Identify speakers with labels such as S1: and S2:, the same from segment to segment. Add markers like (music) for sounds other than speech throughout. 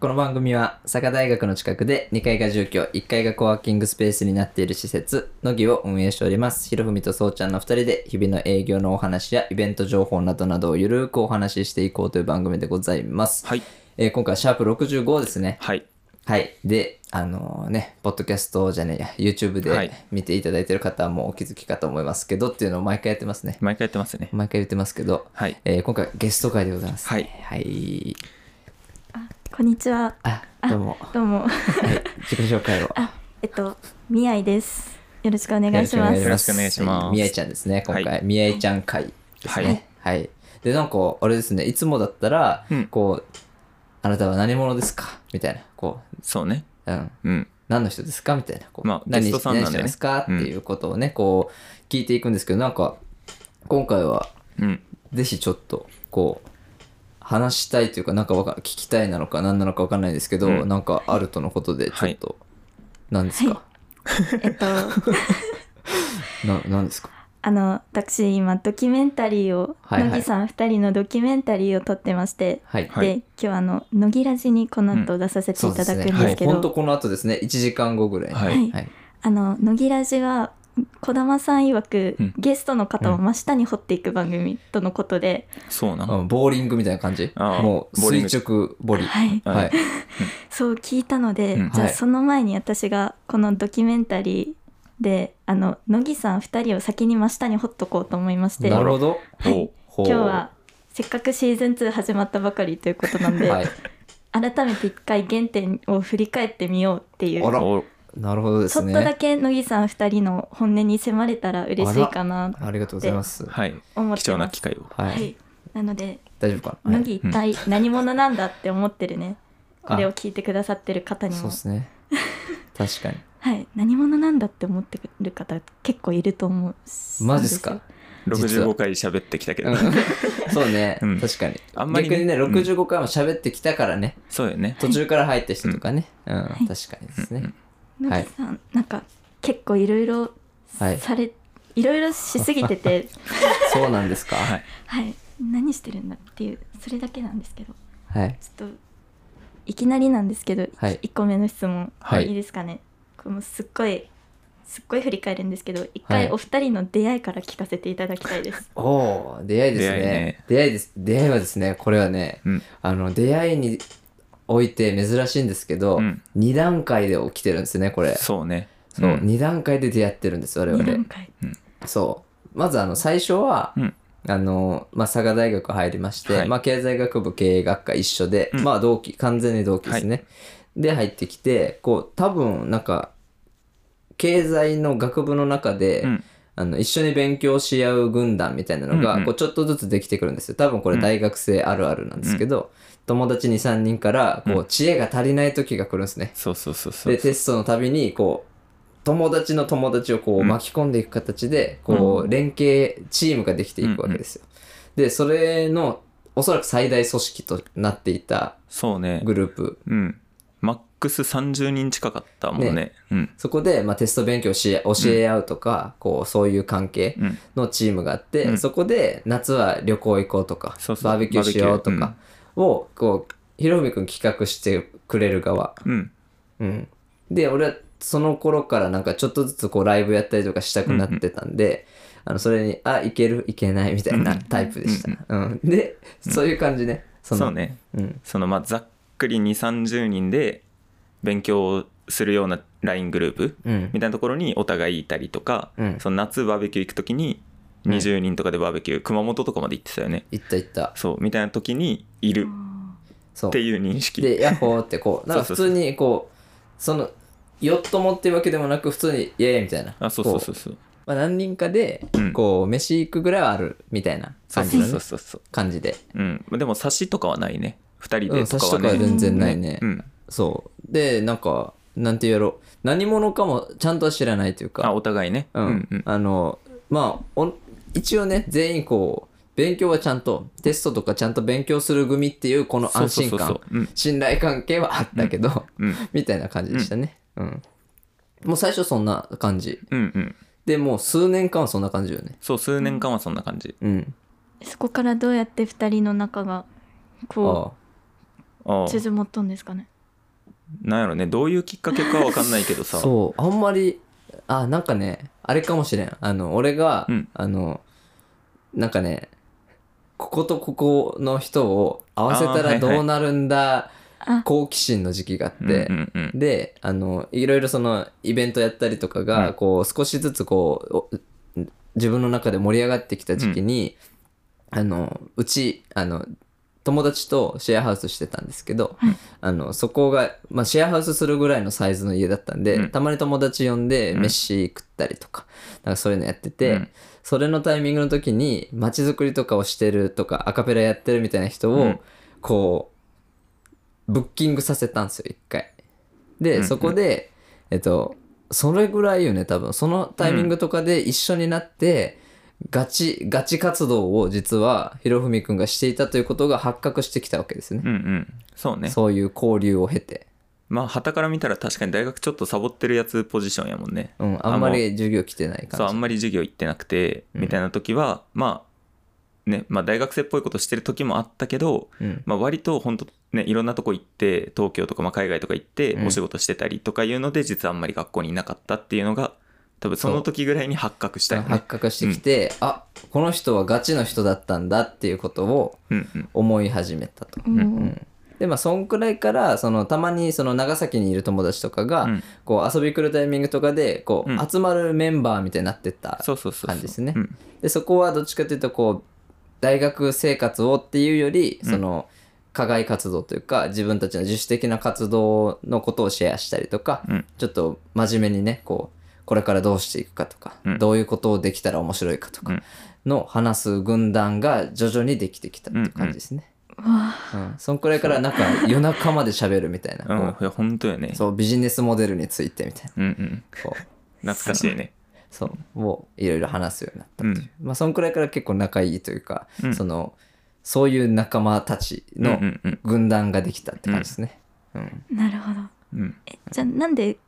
S1: この番組は佐賀大学の近くで2階が住居1階がコワーキングスペースになっている施設のぎを運営しておりますひろふみとそうちゃんの2人で日々の営業のお話やイベント情報などなどをゆるーくお話ししていこうという番組でございます、
S2: はい。
S1: えー今回はシャープ65ですね
S2: はい。
S1: はい。で、あのね、ポッドキャストじゃねえや、YouTube
S2: は
S1: で
S2: い
S1: 見ていただいてる方はもうお気づきかと思いますけどっていうのを毎回やってますね。
S2: 毎回やってますね。
S1: 毎回言ってますけど、
S2: はい。
S1: えー今回ゲスト会でございます。
S2: はい
S1: はい。
S3: こんにちは。
S1: あ、どうも。
S3: どうも。
S1: はい。自己紹介を。
S3: あ、えっと、みあいです。よろしくお願いし
S1: よ
S3: ま
S1: ろ
S3: す。
S1: く
S2: よろしくお願いします
S1: は宮井ちゃんですね、今
S2: は
S1: 回。宮井ちゃん会ですね。はい。で、なんか、あれですね、いつもだったら
S2: うん、
S1: こう、あなたは何者ですかみたいな、こ
S2: そうね。
S1: う、うん。
S2: うん。
S1: 何の人ですかみたいな、こう
S2: まあ
S1: 何
S2: ゲストさんなんでね
S1: 何してますかっていうことをね、こう聞いていくんですけどなんか今回は
S2: うん。
S1: ぜひちょっとこう話したいというかなんかわかん聞きたいなのか何なのかわかんないですけど、
S2: うん
S1: なんかあるとのことでちょっと、何ですか、
S3: えっと、 (laughs)
S1: な何ですか
S3: あの、私、今、ドキュメンタリーを、
S1: はいはい
S3: 乃木さん二人のドキュメンタリーを撮ってまして、
S1: はい、
S2: はい
S3: で、今日、あの、乃木ラジにこの後出させていただくん
S1: は
S3: です
S1: い
S3: け
S1: ほん
S3: ど、
S1: とこの後ですね1時間後ぐらいに
S2: はい
S3: はい
S1: はい
S3: あの、乃木ラジは、児玉さん曰く、
S2: うん
S3: ゲストの方を真下に掘っていく番組とのことで、
S2: そうな。
S1: うんボーリングみたいな感じ
S2: あー
S1: もう
S2: ボーリン
S1: 垂
S2: グ
S1: 直ボリ
S3: はい
S1: は
S2: はいい、
S3: そう聞いたので、
S2: うん
S3: じゃあ
S1: はい
S3: その前に私がこのドキュメンタリーであの乃木さん2人を先に真下にほっとこうと思いまして
S1: なる
S3: 今
S1: ほど
S2: おう
S1: 今
S3: 日はせっかくシーズン2始まったばかりということなんで、
S1: はい
S3: 改めて一回原点を振り返ってみようっていう
S1: あら
S2: おう
S1: なるほどで
S3: ちょ
S1: す
S3: っ
S1: ね
S3: とだけ乃木さん2人の本音に迫れたら嬉しいかなと
S1: ありがとうございます
S2: はい。
S3: 思っ
S2: 貴
S3: て
S2: 重な
S3: ま
S2: 機
S3: す。
S2: 会を。
S1: はい、
S3: はい、なので
S1: 大丈夫かな、
S3: 乃木一体何者なんだって思ってる
S1: (laughs)
S3: ね、これを聞いてくださってる方
S1: はい
S3: に
S1: そう
S3: も
S1: ですね確かに
S3: はい、何者なんだって思ってる方結構いると思うし
S1: マジっすか実は
S2: 65回喋ってきたけ
S1: う
S2: ど
S1: ん。
S3: (laughs)
S1: そうね、
S2: うん
S1: 確かに
S2: あんまりね
S1: 逆にね
S2: うん
S1: 65回も喋ってきたからね、
S2: そうよね。
S1: 途中から入った人とかね、うん
S3: い
S1: 確かにですね、
S2: うん
S3: なんかさん、なんか結構いろいろ
S1: はい
S3: され、い、ろいろしすぎてて (laughs)
S1: そうなんですか
S2: は
S1: はい
S2: い。
S3: はい何してるんだっていうそれだけなんですけど
S1: はい、
S3: ちょっといきなりなんですけど、
S1: はい
S3: 1個目の質問、
S1: はい
S3: い、いですかねこれもうすっごいすっごい振り返るんですけど一
S1: はい
S3: 回お二人の出会いから聞かせていただきた
S1: (laughs)
S3: いです。
S1: おおー出会いですね
S2: 出
S1: 出会
S2: 会いね
S1: いです出会いはですねこれはね
S2: うん。
S1: あの出会いにおいて珍しいんですけど、
S2: うん
S1: 二2段階で起きてるんですねこれ
S2: そうね。
S1: そう、
S2: うん
S1: 2段階で出会ってるんです我々
S3: 二段階
S1: そう。まずあの最初は、
S2: うん
S1: あのまあ、佐賀大学入りまして、
S2: はい
S1: まあ、経済学部経営学科一緒で、
S2: うん
S1: まあ同期完全に同期ですね、で入ってきてこう多分なんか経済の学部の中で、
S2: うん。
S1: あの一緒に勉強し合う軍団みたいなのが、
S2: うんうん
S1: こうちょっとずつできてくるんですよ多分これ大学生あるあるなんですけど、友達23人からこ
S2: う
S1: う知恵が足りない時が来るんですね、
S2: そうそうそうそう
S1: で。テストのたびにこう友達の友達をこう
S2: うん
S1: 巻き込んでいく形でこ
S3: う
S1: うん連携チームができていくわけですよ。でそれのおそらく最大組織となっていた
S2: そうね。
S1: グループ
S2: うん。マックス30人近かったもんね。うん。
S1: そこでまあテスト勉強し教え合うとかこうそういう関係
S2: うん。
S1: のチームがあって、
S2: うん
S1: そこで夏は旅行行こうとか
S2: そうそう
S1: バーベキューしようと
S2: バーベ
S1: かをこうひろふみくん企画してくれる側
S2: うん。
S1: うん、で俺はその頃からなんかちょっとずつこうライブやったりとかしたくなってたんで、あのそれにあいけるいけないみたいなタイプでした、うんでそういう感じねその
S2: そうね。
S1: うん、
S2: そのまあざっくり2 3 0人で勉強をするような LINE グループ
S1: うん
S2: みたいなところにお互いいたりとか、
S1: うん
S2: その夏バーベキュー行く時に20人とかでバーベキュー、熊本とかまで行ってたよね
S1: いったいった
S2: そうみたいな時にいる
S1: そう
S2: っていう認識
S1: でヤッホーってこうなんか
S2: (laughs)
S1: 普
S2: そうそうそう
S1: 通にこうそのよっともっていうわけでもなく普通にイエーイみたいな
S2: あそうそう
S1: こ
S2: そうそう
S1: まあ、何人かで
S2: うん
S1: こう飯行くぐらいはあるみたいな
S2: そう
S1: 感じの、
S2: そう
S1: ね、
S2: そうそう
S1: 感じで、
S2: うんでも差しとかはないね2人
S1: う
S2: で
S1: ん、差
S2: とか
S1: しと
S2: は
S1: かは
S2: ね、うん、
S1: 全然ないね、
S2: うん
S1: そう。で、なんか、なんて言うやろ。何者かもちゃんとは知らないという
S2: あ
S1: か、
S2: お互いね
S1: うん。
S2: うんうん
S1: あの、まあ、お一応ね、全員こう、勉強はちゃんと、テストとかちゃんと勉強する組っていう、この安心感、
S2: そうそうそうそううん
S1: 信頼関係はあったけど、
S2: うん
S1: みたいな感じでしたね。うん。もう最初そんな感じ。
S2: うんうん
S1: で、もう数年間はそんな感じよね。
S2: そう数年間はそんな感じ
S1: うん。
S3: そこからどうやって二人の仲がこう
S1: あ
S2: ああ
S3: 縮まったんですかね
S2: なんやろねどういうきっかけかわかんないけどさ
S1: (laughs) そうあんまりあなんかねあれかもしれんあの俺が、
S2: うん
S1: あのなんかねこことここの人を合わせた
S2: あーはいは
S1: ら
S2: い
S1: どうなるんだ
S3: あ
S1: 好奇心の時期があって、
S2: うんうんうん、
S1: であのいろいろそのイベントやったりとかが、
S2: うん
S1: こう少しずつこうお自分の中で盛り上がってきた時期に、あのうちあの友達とシェアハウスしてたんですけど、
S3: はい
S1: あのそこが、まあ、シェアハウスするぐらいのサイズの家だったんで、
S2: うん
S1: たまに友達呼んで
S2: うん
S1: 飯食ったりとか,、なんかそういうのやってて、
S2: うん
S1: それのタイミングの時に街づくりとかをしてるとかアカペラやってるみたいな人を、
S2: うん
S1: こうブッキングさせたんですよ一回。で、
S2: うんうん
S1: そこでえっとそれぐらいよね多分そのタイミングとかで一緒になって、ガチガチ活動を実はひろふみくんがしていたということが発覚してきたわけですね。
S2: うんうんそうね
S1: そういう交流を経て、
S2: まあ旗から見たら確かに大学ちょっとサボってるやつポジションやもんね
S1: うん、あんまり授業来てない
S2: そうあ
S1: 感
S2: んまり授業行ってなくて
S1: うん
S2: みたいな時は、まあねまあ大学生っぽいことしてる時もあったけど、
S1: じ。うん
S2: まあ、割と本当ねいろんなとこ行って東京とかまあ海外とか行って
S1: うん
S2: お仕事してたりとかいうので実はあんまり学校にいなかったっていうのが多分その時ぐらいに発覚したよね
S1: 発。覚してきて、あこの人はガチの人だったんだっていうことを
S2: うんうん
S1: 思い始めたと。
S3: うん
S2: う
S1: うんでまあそんくらいからそのたまにその長崎にいる友達とかが、
S2: うん
S1: こう遊び来るタイミングとかでこう、
S2: うん
S1: 集まるメンバーみたいになってった
S2: そうそうそうそう
S1: 感じですね
S2: うん
S1: でそこはどっちかというとこう大学生活をっていうより
S2: うん
S1: その、課外活動というか自分たちの自主的な活動のことをシェアしたりとか、
S2: うん
S1: ちょっと真面目にねこうこれからどうしていくかとか、
S2: うん
S1: どういうことをできたら面白いかと
S2: う
S1: か
S2: ん
S1: の話す軍団が徐々にできてきたっていう感じですね。
S3: わあ
S1: うん、そんくらいからなんか夜中まで喋るみたいな、
S2: うん
S1: こ
S2: いや本当よね
S1: うそうビジネスモデルについてみたいな
S2: うんうん
S1: こう
S2: 懐かしいね
S1: そうをいろいろ話すようになった
S2: うん
S1: まあそんくらいから結構仲いいというか、
S2: うん
S1: そのそういう仲間たちの
S2: うんうん
S1: 軍団ができたって感じですね。うん
S3: なるほど
S2: うんうん
S3: えじゃあなんで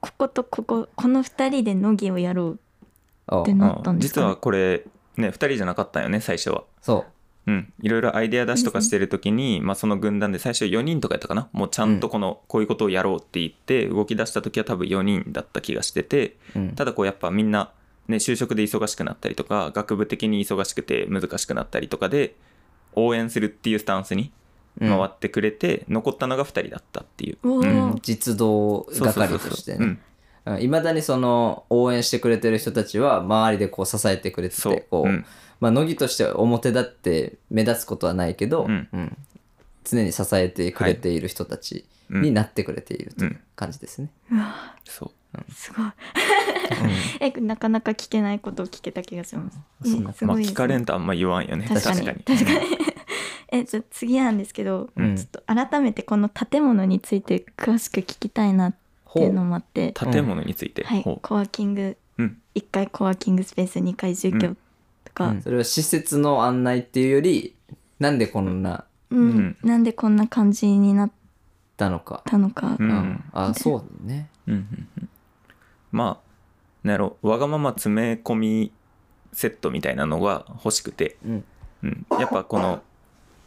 S3: こことこここの2人で乃木をやろ
S1: お
S3: うってなったんです
S2: 実
S3: か、ね、
S2: はこれね2人じゃなかったよね最初は
S1: そ
S2: うん、いろいろアイデア出しとかしてる時に、まあ、その軍団で最初4人とかやったかなもうちゃんとこの、こういうことをやろうって言って動き出した時は多分4人だった気がしてて
S1: う、うん
S2: ただこうやっぱみんな、ね、就職で忙しくなったりとか学部的に忙しくて難しくなったりとかで応援するっていうスタンスに
S1: うん
S2: 回ってくれて、残ったのが2人だったっていう。
S3: おー
S2: うん
S1: 実動
S2: そうそうそ
S1: 係
S2: うそう
S1: として
S2: う
S1: ね
S2: ん
S1: いまだにその応援してくれてる人たちは周りでこう支えてくれて
S2: そう
S1: てこう、
S2: うん
S1: まあ、乃木としては表立って目立つことはないけど、
S2: うん
S1: うん常に支えてくれている人たち
S2: うん
S1: になってくれていると
S2: う
S1: い
S2: ん
S1: う感じですね。
S3: うわ
S2: そう
S3: すごい (laughs) えなかなか聞けないことを聞けた気がします。
S1: そう
S3: うん
S1: なん
S3: す
S2: ま
S3: ご
S2: あ
S3: いで
S2: 聞
S3: す
S2: かれんとあんま言わんよね
S3: 確かに確かにえじゃあ次なんですけど、
S1: うん
S3: ちょっと改めてこの建物について詳しく聞きたいなっていうのもあって
S2: うん建物について、
S3: はい
S2: ほ
S3: コワーキング
S2: ううん
S3: 1階コワーキングスペース2階住居とか、
S1: それは施設の案内っていうよりなんでこんな
S3: うん
S2: うん
S3: なんでこんな感じになっ
S1: ったのか、
S3: たのか、
S2: うん
S1: あそうね
S2: うんうんうんまあなんやろわがまま詰め込みセットみたいなのが欲しくて、
S1: うん
S2: うん、やっぱこの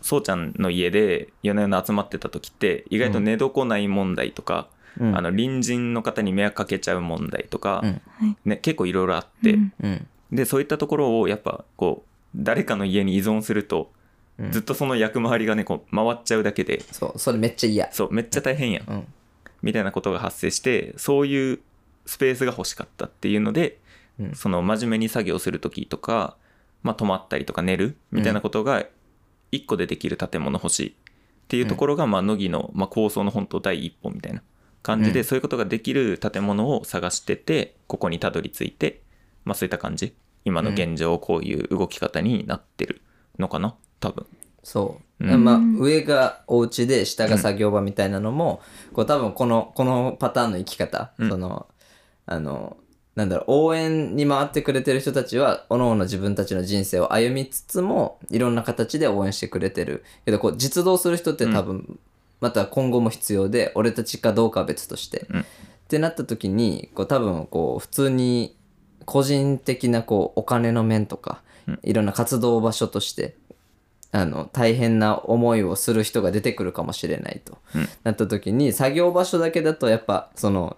S2: そうちゃんの家で夜な夜な集まってた時って意外と寝床内問題とか、あの隣人の方に迷惑かけちゃう問題とか、
S1: うん
S3: はい
S2: ね、結構いろいろあって、
S3: うん
S1: うん
S2: でそういったところをやっぱこう誰かの家に依存すると
S1: うん
S2: ずっとその役回りがねこう回っちゃうだけで
S1: そうそれめっちゃ嫌
S2: そうめっちゃ大変やん
S1: うん
S2: みたいなことが発生してそういうスペースが欲しかったっていうので
S1: うん
S2: その真面目に作業する時とか、まあ、泊まったりとか寝るみたいなことが1個でできる建物欲しいっていうところが、まあ、乃木の、まあ、構想の本当第一歩みたいな感じ
S1: う
S2: で、
S1: ん
S2: そういうことができる建物を探しててここにたどり着いて、まあ、そういった感じ今の現状こういう動き方になってるのかな多分。
S1: そう、
S2: うん
S1: まあ上がお家で下が作業場みたいなのも、こう多分このこのパターンの生き方、
S2: うん
S1: そのあのなんだろう応援に回ってくれてる人たちはおのおの自分たちの人生を歩みつつもいろんな形で応援してくれてるけどこう実動する人って多分、また今後も必要で俺たちかどうかは別として、
S2: うん
S1: ってなった時にこう多分こう普通に個人的なこうお金の面とか、
S2: うん
S1: いろんな活動場所としてあの大変な思いをする人が出てくるかもしれないと、
S2: うん
S1: なった時に作業場所だけだとやっぱその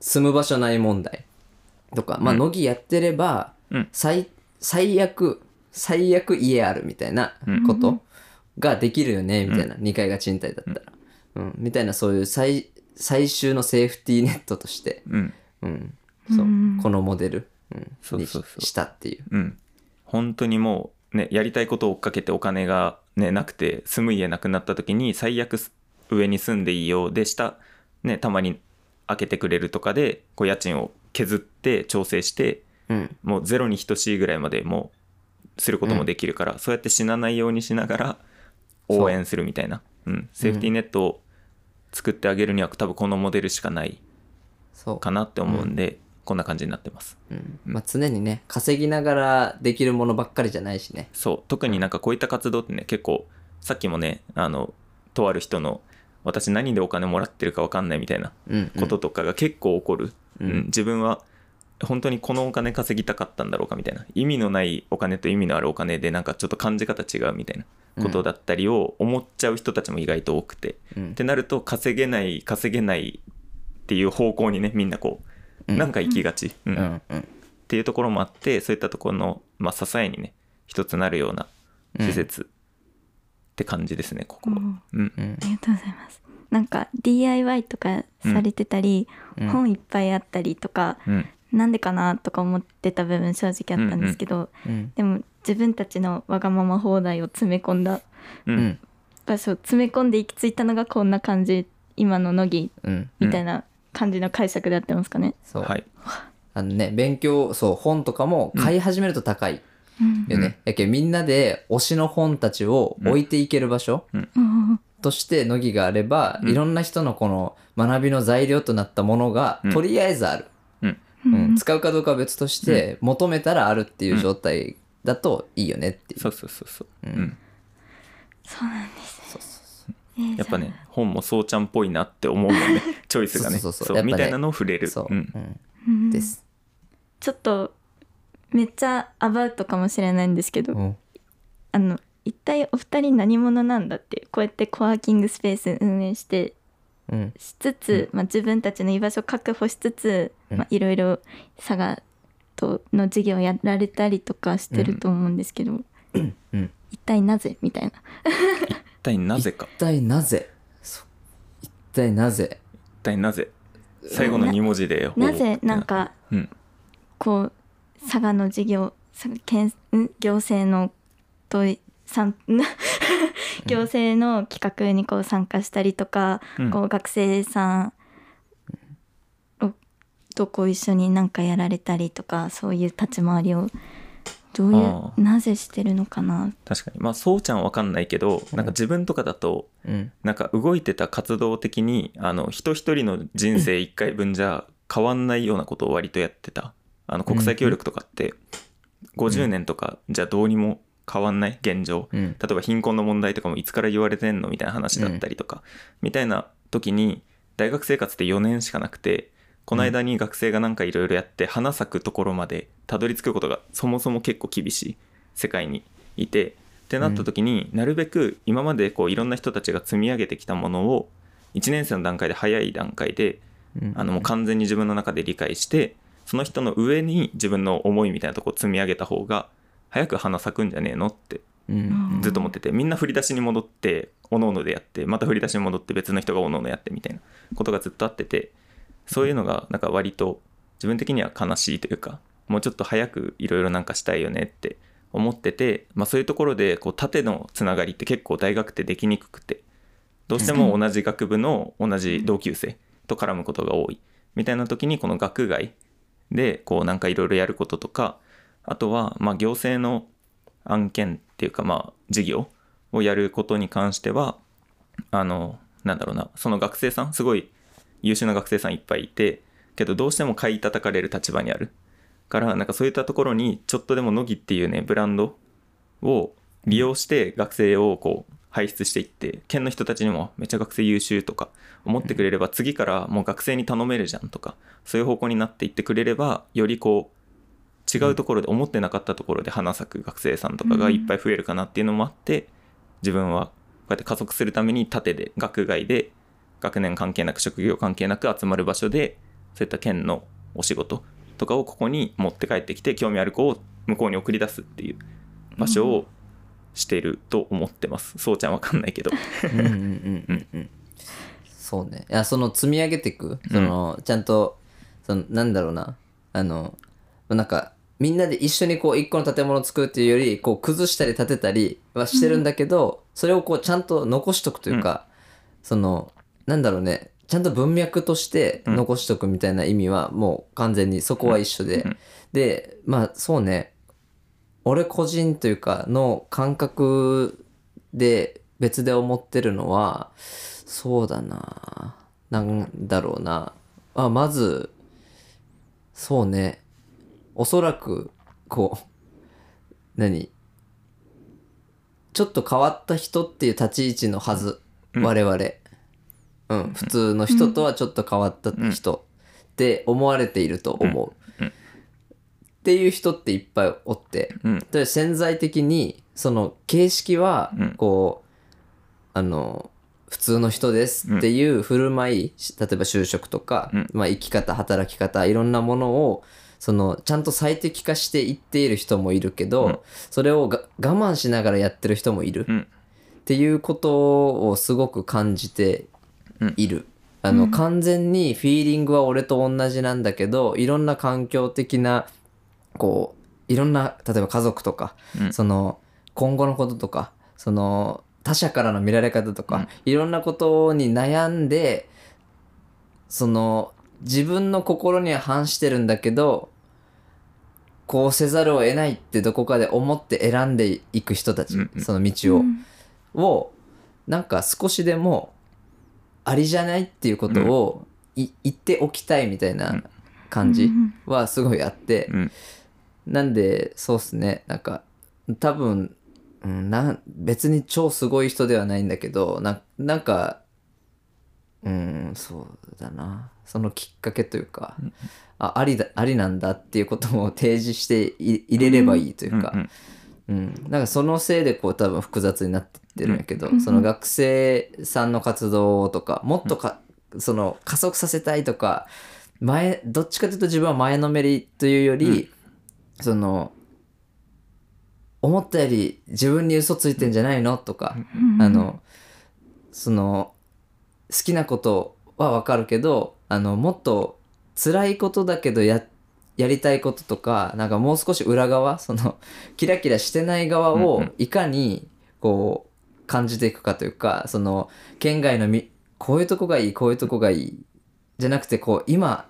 S1: 住む場所ない問題とかまあ
S2: うん
S1: 乃木やってれば
S2: うん
S1: 最最悪最悪家あるみたいなこ
S3: う
S1: と
S3: ん
S1: ができるよねみたいな、2階が賃貸だったら、うん、みたいなそういう最最終のセーフティーネットとして、
S2: うん
S1: うんそう
S3: うん
S1: このモデル、うん、
S2: そうそうそう
S1: にしたっていう。
S2: うん本当にもうねやりたいことを追っかけてお金がねなくて住む家なくなった時に最悪す上に住んでいいよで下ねたまに開けてくれるとかでこう家賃を削って調整して
S1: うん
S2: もうゼロに等しいぐらいまでもうすることもできるから、そうやって死なないようにしながら
S1: そう
S2: 応援するみたいな、うん、セーフティーネットを作ってあげるには多分このモデルしかない
S1: そう
S2: かなって思うんで、こんな感じになってます
S1: うんまあ、常にね稼ぎながらできるものばっかりじゃないしね
S2: そう特になんかこういった活動ってね結構さっきもねあのとある人の私何でお金もらってるか分かんないみたいな
S1: うんうん
S2: こととかが結構起こる、
S1: うん
S2: うん自分は本当にこのお金稼ぎたかったんだろうかみたいな意味のないお金と意味のあるお金でなんかちょっと感じ方違うみたいなことだったりを思っちゃう人たちも意外と多くて、
S1: うん
S2: ってなると稼げない稼げないっていう方向にねみんなこう
S1: うん
S2: なんか行きがち、うん
S1: うんうん
S2: っていうところもあってそういったところの、まあ、支えにね一つなるような施設って感じですね、ここは。うん
S1: うん
S3: ありがとうございます。なんか DIY とかされてたり、
S1: うん
S3: 本いっぱいあったりとか、
S2: うん
S3: なんでかなとか思ってた部分正直あったんですけど、
S1: うん
S3: でも自分たちのわがまま放題を詰め込んだ
S1: う
S2: う
S1: んん
S3: 場所を詰め込んで行き着いたのがこんな感じ今の乃木
S1: うん
S3: みたいな感じの解釈であってますかね。
S1: そう、
S2: はい、
S1: あのね勉強そう本とかも買い始めると高い
S3: うん
S1: よね、やけんみんなで推しの本たちを置いていける場所、
S3: うん
S1: として乃木があれば、
S2: うん
S1: いろんな人のこの学びの材料となったものが、
S2: うん
S1: とりあえずある、
S3: う
S1: うん
S3: ん
S1: 使うかどうかは別として、求めたらあるっていう状態だといいよねっていう、
S2: そうそうそうそう、
S1: う
S2: うんん
S3: そうなんです
S1: そうそう
S3: ね。
S2: やっぱね本もそうちゃんっぽいなって思う
S1: (laughs)
S2: もんねチョイスがね
S1: そうそうそう
S2: そう
S1: やっぱね
S2: みたいなのを触れる
S1: そうそう、
S2: ん
S1: うん
S3: うん
S1: です、
S3: ちょっとめっちゃアバウトかもしれないんですけど、
S1: うん
S3: あの一体お二人何者なんだっていうこうやってコワーキングスペース運営して
S1: うん
S3: しつつ、まあ、自分たちの居場所確保しつつ、
S1: うん
S3: まあ、いろいろ佐賀との事業やられたりとかしてると思うんですけど、
S1: うん
S3: 一体なぜみたいな
S2: 一体なぜか
S1: 一体なぜそう一体なぜ
S2: 一体なぜ最後の2文字で
S3: なぜなん、か
S2: ほうって
S3: こう佐賀の事業佐賀県ん行政のといさん (laughs) 行政の企画にこう参加したりとか、
S2: うん
S3: こう学生さんをとこう一緒になんかやられたりとかそういう立ち回りをどう
S2: あ
S3: い
S2: ー
S3: うなぜしてるのかな
S2: 確かにまあそうちゃんわかんないけどなんか自分とかだと
S1: うん
S2: なんか動いてた活動的にあの人一人の人生1回分じゃ変わんないようなことを割とやってたあの国際協力とかって50年とかじゃどうにも変わんない現状
S1: う
S2: 例
S1: ん
S2: えば貧困の問題とかもいつから言われてんのみたいな話だったりとかみたいな時に大学生活って4年しかなくてこの間に学生がなんかいろいろやって花咲くところまでたどり着くことがそもそも結構厳しい世界にいてってなった時に、なるべく今までこういろんな人たちが積み上げてきたものを1年生の段階で早い段階であのもう完全に自分の中で理解してその人の上に自分の思いみたいなとこを積み上げた方が早く花咲くんじゃねえのって
S1: うん
S2: ずっと思っててみんな振り出しに戻っておのおのでやってまた振り出しに戻って別の人がおのおのやってみたいなことがずっとあっててそういうのがなんか割と自分的には悲しいというかもうちょっと早くいろいろなんかしたいよねって思ってて、まあ、そういうところでこう縦のつながりって結構大学ってできにくくてどうしても同じ学部の同じ同級生と絡むことが多いみたいな時にこの学外でこうなんかいろいろやることとかあとはまあ行政の案件っていうかまあ事業をやることに関してはあのなんだろうなその学生さんすごい優秀な学生さんいっぱいいてけどどうしても買い叩かれる立場にあるからなんかそういったところにちょっとでも乃木っていうねブランドを利用して学生をこう輩出していって県の人たちにもめっちゃ学生優秀とか思ってくれれば次からもう学生に頼めるじゃんとかそういう方向になっていってくれればよりこう違うところで思ってなかったところで花咲く学生さんとかがいっぱい増えるかなっていうのもあって自分はこうやって加速するために縦で学外で学年関係なく職業関係なく集まる場所でそういった県のお仕事とかをここに持って帰ってきて興味ある子を向こうに送り出すっていう場所をしてると思ってます。そうちゃんわかんない
S1: (laughs)
S2: けど。
S1: うんうんうんうんうんそうねいやその積み上げていくその、ちゃんとそのなんだろうなあのなんかみんなで一緒にこう一個の建物を作るっていうよりこう崩したり建てたりはしてるんだけど、それをこうちゃんと残しとくというか、そのなんだろうねちゃんと文脈として残しとくみたいな意味はもう完全にそこは一緒で、
S2: うんうん
S1: でまあそうね俺個人というかの感覚で別で思ってるのはそうだななんだろうなあまずそうねおそらくこう何ちょっと変わった人っていう立ち位置のはず、
S2: うん
S1: 我々、うん、普通の人とはちょっと変わった人って思われていると思う、
S2: うんうん
S1: っていう人っていっぱいおって、
S2: うん
S1: で潜在的にその形式は
S2: うん
S1: こう、あの普通の人ですっていう振る舞いし例えば就職とか、
S2: うん
S1: まあ、生き方働き方いろんなものをそのちゃんと最適化していっている人もいるけど、
S2: うん
S1: それをが我慢しながらやってる人もいる、
S2: うん
S1: っていうことをすごく感じている。あの、
S3: うん
S1: 完全にフィーリングは俺と同じなんだけどいろんな環境的なこういろんな例えば家族とか、
S2: うん
S1: その今後のこととかその他者からの見られ方とか、
S2: うん
S1: いろんなことに悩んでその自分の心には反してるんだけどこうせざるを得ないってどこかで思って選んでいく人たち、
S2: うんうん
S1: その道を。
S3: うん
S1: をなんか少しでもありじゃないっていうことをい、言っておきたいみたいな感
S3: う
S1: じ
S3: ん
S1: はすごいあって、
S2: うん
S1: なんでそうっすねなんか多分、うん、なん別に超すごい人ではないんだけどななんかうんそうだなそのきっかけというか、
S2: うん
S1: あありだありなんだっていうことを提示してい入れればいいというか、
S2: うんうん
S1: うん、なんかそのせいでこう多分複雑になってってるんやけど、
S3: うん
S1: その学生さんの活動とかもっとか、その加速させたいとか前どっちかというと自分は前のめりというより、その思ったより自分に嘘ついてんじゃないのとか、
S3: うん
S1: あのその好きなことはわかるけどあのもっと辛いことだけどややりたいこととかなんかもう少し裏側そのキラキラしてない側
S2: うん
S1: を
S2: うん
S1: いかにこう感じていくかというかその県外のみこういうとこがいいこういうとこがいいじゃなくてこう今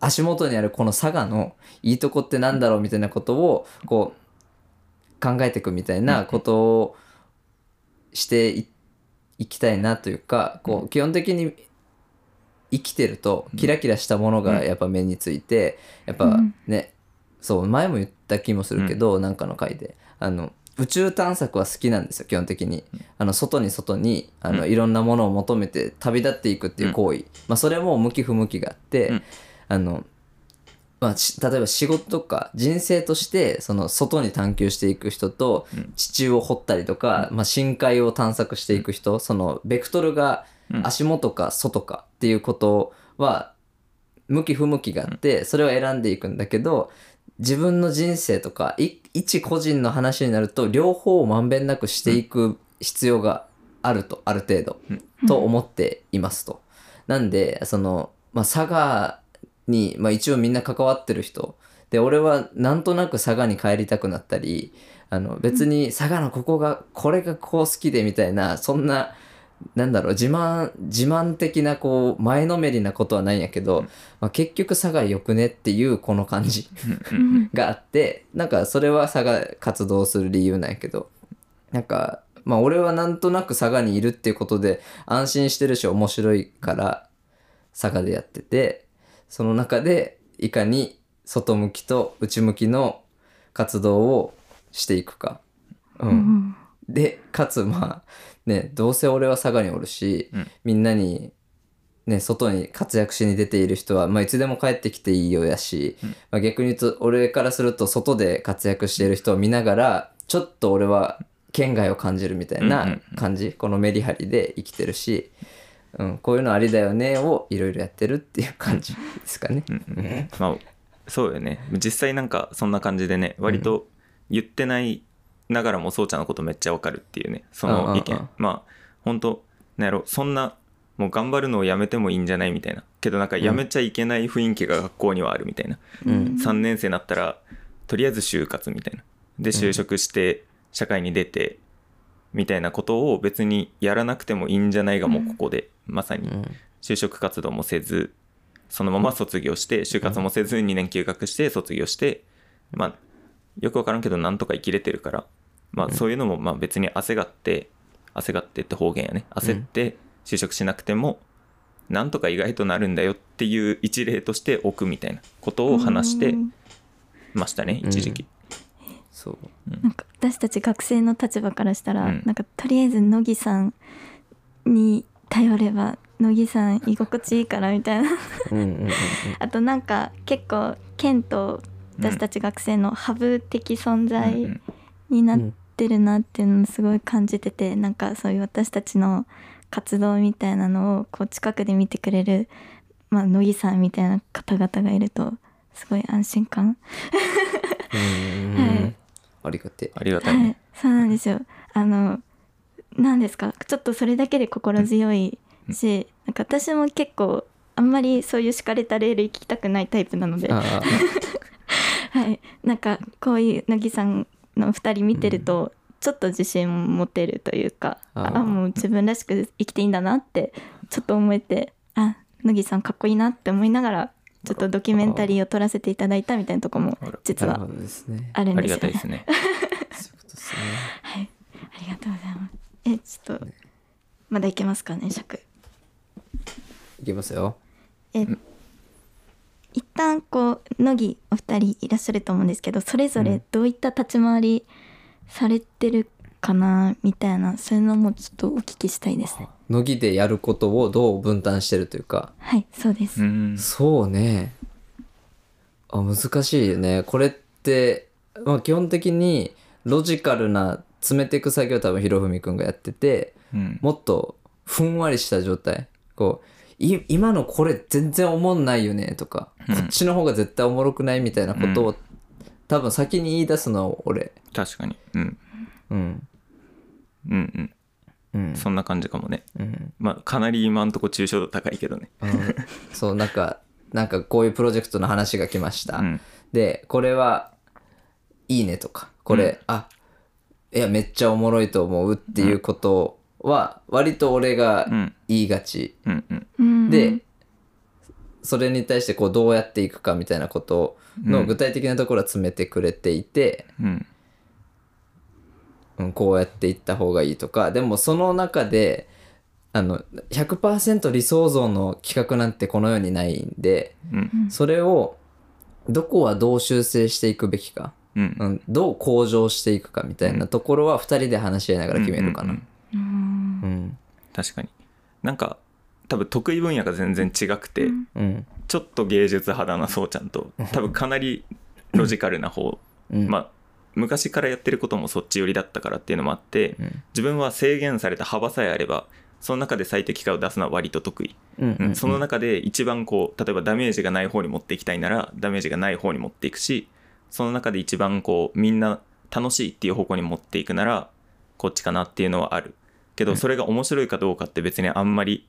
S1: 足元にあるこの佐賀のいいとこってなんだろうみたいなことをこう考えていくみたいなことをしていいきたいなというかこう基本的に生きてるとキラキラしたものがやっぱ目についてやっぱねそう前も言った気もするけどなんかの回であの宇宙探索は好きなんですよ基本的にあの外に外にあの
S2: うん
S1: いろんなものを求めて旅立っていくっていう行為まあそれも向き不向きがあって
S2: うん
S1: あのまあ、し例えば仕事とか人生としてその外に探求していく人と
S2: うん
S1: 地中を掘ったりとか、まあ、深海を探索していく人そのベクトルが
S2: うん
S1: 足元か外かっていうことは向き不向きがあってそれを選んでいくんだけど自分の人生とかい一個人の話になると両方をまんべんなくしていく必要があるとある程度
S3: うん
S1: と思っていますと。なんでその、まあ、佐賀に、まあ、一応みんな関わってる人で俺はなんとなく佐賀に帰りたくなったりあの別に佐賀のここがこれがこう好きでみたいなそんななんだろう自慢自慢的なこう前のめりなことはないんやけど、
S2: うん
S1: まあ、結局佐賀よくねっていうこの感じ
S2: う
S3: う
S2: う
S3: ん
S2: ん
S3: ん
S1: があってなんかそれは佐賀活動する理由なんやけどなんかまあ俺はなんとなく佐賀にいるっていうことで安心してるし面白いから佐賀でやっててその中でいかに外向きと内向きの活動をしていくか。う
S3: うんん
S1: でかつまあねどうせ俺は佐賀におるし、
S2: うん
S1: みんなにね、外に活躍しに出ている人は、まあ、いつでも帰ってきていいようやし、
S2: うん
S1: まあ、逆に言うと俺からすると外で活躍している人を見ながらちょっと俺は県外を感じるみたい
S2: うんうんう
S1: なん感じ、このメリハリで生きてるし、うん、こういうのありだよねをいろいろやってるっていう感じですかね。
S2: うんうんまあそうよね実際なんかそんな感じでね割と言ってないながらもそうちゃんのことめっちゃわかるっていうねその意見、
S1: うんうんうん
S2: まあ本当なんやろそんなもう頑張るのをやめてもいいんじゃないみたいなけどなんかやめちゃいけない雰囲気が学校にはあるみたいな、
S1: うん
S2: 3年生になったらとりあえず就活みたいなで就職して社会に出てみたいなことを別にやらなくてもいいんじゃないがもうここで、まさ
S1: う
S2: に
S1: ん
S2: 就職活動もせずそのまま卒業して就活もせず2年休学して卒業してまあよくわからんけどなんとか生きれてるからまあそういうのもまあ別に焦がって焦がってって方言やね焦って就職しなくてもなんとか意外となるんだよっていう一例として置くみたいなことを話して
S3: うん
S2: ましたね一時期。
S1: そう
S3: なんか私たち学生の立場からしたら、
S2: うん
S3: なんかとりあえず乃木さんに頼れば乃木さん居心地いいからみたいな
S1: うんうんうんうん
S3: あとなんか結構県と私た
S2: ち
S3: ち学生のハブ的存
S2: うんう
S3: 在
S2: ん
S3: になっ
S1: うん
S3: てるなっていうのをすごい感じててなんかそういう私たちの活動みたいなのをこう近くで見てくれる、まあ、乃木さんみたいな方々がいるとすごい安心感
S1: うんうんうん
S3: はい
S1: ありがてえ
S2: ありがたい
S3: はい
S2: ね。、
S3: そうなんですよ。あの、なんですか、ちょっとそれだけで心強いし、なんか私も結構。あんまりそういう敷かれたレール行きたくないタイプなので、は
S1: ああ
S3: い、なんかこういう乃木さんの2人見てると、ちょっと自信を持てるというか、
S1: あ
S3: あもう自分らしく生きていいんだなってちょっと思えて、あ乃木さんかっこいいなって思いながらちょっとドキュメンタリーを撮らせていただいたみたいなとこも
S2: あら
S3: 実
S1: なるほ
S3: は
S1: どですね。
S3: あるん
S2: あり
S3: ですよ
S2: がたい
S3: ね
S2: で。すね。
S1: そういうことですね。
S3: (laughs) はい、ありがとうございます。え、ちょっと、まだいけますかね、尺。
S1: いきますよ。
S3: え、一旦こう、乃木お二人いらっしゃると思うんですけど、それぞ
S1: う
S3: れ
S1: ん
S3: どういった立ち回りされてるかな、みたいな、そういうのもちょっとお聞きしたいですね。
S1: 乃木でやることをどう分担してるというか。
S3: はい、そうで
S2: う
S3: す。
S2: ん
S1: そうね。あ、難しいよね。これって、まあ、基本的にロジカルな詰めていく作業を多分ひろふみくんがやってて、
S2: うん
S1: もっとふんわりした状態。こう、い今のこれ全然おもんないよねとか、
S2: うん
S1: こっちの方が絶対おもろくないみたいなことを、
S2: う
S1: 多分先に言い出すの俺。
S2: 確かに。うん
S1: うん。
S2: うん
S1: うん
S2: うん。。そんな感じかもね。
S1: うん
S2: まあ、かなり今んとこ抽象度高いけどね。
S1: うんそうなんかなんかこういうプロジェクトの話が来ました、
S2: うん
S1: でこれはいいねとかこれ、
S2: うん
S1: あいやめっちゃおもろいと思うっていうことは割と俺が
S2: うん
S1: 言いがち、
S2: うんうん
S3: うん
S1: で、それに対してこうどうやっていくかみたいなこと
S2: う
S1: の
S2: ん
S1: 具体的なところは詰めてくれていて、
S2: うん
S1: うん、こうやっていった方がいいとかでもその中であの100%理想像の企画なんてこの世にないんで、
S2: うん
S3: うん
S1: それをどこはどう修正していくべきか、
S2: うん
S1: う。ん、どう向上していくかみたいなところは2人で話し合いながら決めるか
S2: う
S1: なん
S2: うんうん。
S3: うん
S1: うん
S2: 確かに。なんか多分得意分野が全然違くて、
S3: うん
S1: うん
S2: ちょっと芸術派だなそうちゃん (laughs) と多分かなりロジカルな方、
S1: うん
S2: まあ昔からやってることもそっち寄りだったからっていうのもあって
S1: うん
S2: 自分は制限された幅さえあればその中で最適化を出すのは割と得意、
S1: うん
S2: う
S1: うんん
S2: その中で一番こう例えばダメージがない方に持っていきたいならダメージがない方に持っていくしその中で一番こうみんな楽しいっていう方向に持っていくならこっちかなっていうのはあるけどそれが面白いかどうかって別にあんまり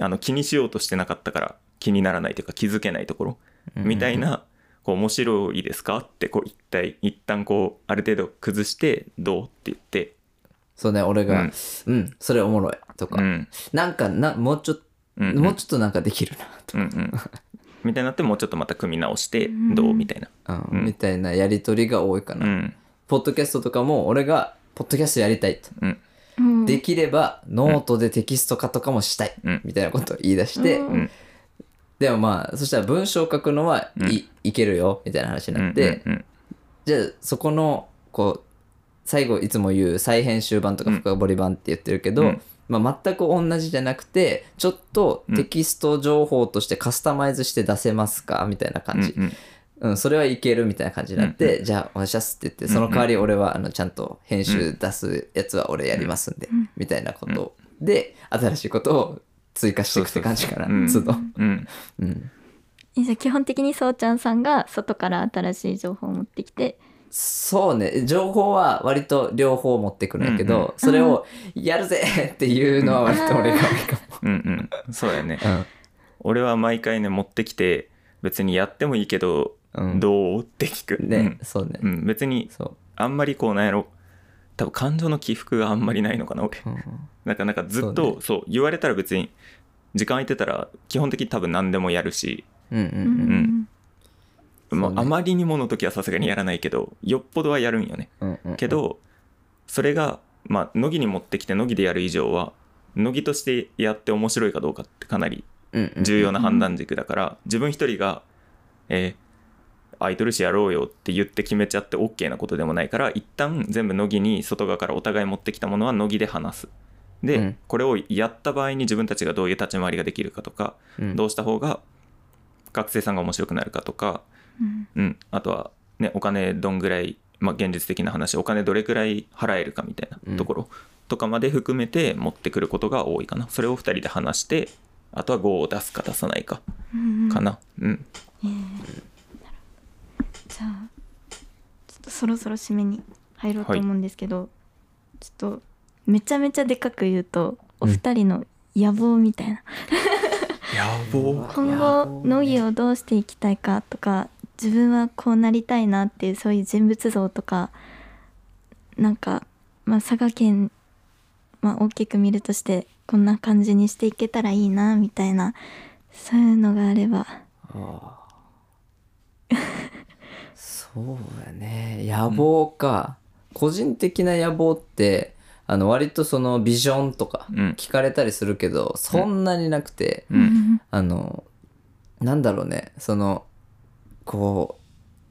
S2: あの気にしようとしてなかったから気にならないというか気づけないところみたいなこう面白いですかってこう一体一旦こうある程度崩してどうって言って
S1: そうね俺が
S2: う
S1: うんん、それおもろいとか、
S2: うん
S1: なんかなもうちょっと、
S2: うん
S1: もうちょっとなんかできるなと
S2: うんうんみたいになってもうちょっとまた組み直して
S3: うん
S2: どうみたいな
S1: か、
S2: うん
S1: みたいなやり取りが多いか
S2: う
S1: な、
S2: ん
S1: ポッドキャストとかも俺がポッドキャストやりたいと、
S2: うん
S3: うん
S1: できればノートでテキスト化とかもしたい、
S2: うん
S1: みたいなことを言い出して、
S3: うん
S2: うん
S1: でもまあそしたら文章を書くのは
S2: うん
S1: い,、いけるよみたいな話になって、
S2: うんうん
S1: じゃあそこのこう最後いつも言う再編集版とか
S2: うん
S1: 深掘り版って言ってるけど、
S2: うん
S1: まあ、全く同じじゃなくてちょっとテキスト情報としてカスタマイズして出せますか、みたいな感じ、
S2: うんうん
S1: うん、それはいけるみたいな感じになって、
S2: う
S1: じゃあお願いしますって言ってその代わり俺はあのちゃんと編集出すやつは俺やりますんで、
S3: うん
S1: みたいなことをで新しいことを追加していくって感じかな
S2: そ
S1: 都
S2: う
S1: 度
S2: うん
S1: うん
S3: えじゃあ基本的にそうちゃんさんが外から新しい情報を持ってきて
S1: そうね情報は割と両方持ってくるんだけど、
S2: うんうん
S1: それをやるぜ (laughs) っていうのは割と俺が多いか
S2: うんうんそうだよね
S1: も、
S2: 俺は毎回ね持ってきて別にやってもいいけど、
S1: うんうん、
S2: どうって聞く
S1: ね、そうね、
S2: うんうん、別に
S1: そ
S2: あんまりこうなんやろ多分感情の起伏があんまりないのかな俺
S1: う、うん
S2: なんかなんかずっ
S1: そう
S2: とそう言われたら別に時間空いてたら基本的に多分何でもやるし、
S1: うんうんう
S3: うんん
S2: ま
S1: そうね
S2: あ、あまりにもの時はさすがにやらないけどよっぽどはやるんよね
S1: うんうん
S2: けどそれがまあ乃木に持ってきて乃木でやる以上は乃木としてやって面白いかどうかってかなり
S1: うんうん
S2: 重要な判断軸だから、自分一人が、えーアイドル誌やろうよって言って決めちゃって OK なことでもないから一旦全部乃木に外側からお互い持ってきたものは乃木で話すで、
S1: うん
S2: これをやった場合に自分たちがどういう立ち回りができるかとか、
S1: うん
S2: どうした方が学生さんが面白くなるかとか、
S3: うん
S2: うん、あとは、ね、お金どんぐらい、まあ、現実的な話お金どれぐらい払えるかみたいなところとかまで含めて持ってくることが多いかなそれを2人で話してあとは5を出すか出さないか
S3: うん
S2: かなうん、
S3: ええじゃあちょっとそろそろ締めに入ろうと思うんですけど、ちょっとめちゃめちゃでかく言うとお二人の野望みたいな、
S2: や
S1: ぼ
S3: 今
S1: 野望
S3: 後
S1: ね
S3: 乃木をどうしていきたいかとか自分はこうなりたいなっていうそういう人物像とかなんか、まあ、佐賀県、まあ、大きく見るとしてこんな感じにしていけたらいいなみたいなそういうのがあれば
S1: あーそうだね野望か、個人的な野望ってあの割とそのビジョンとか
S2: うん
S1: 聞かれたりするけど、そんなになくて、
S2: うん
S1: あのなんだろうねそのこ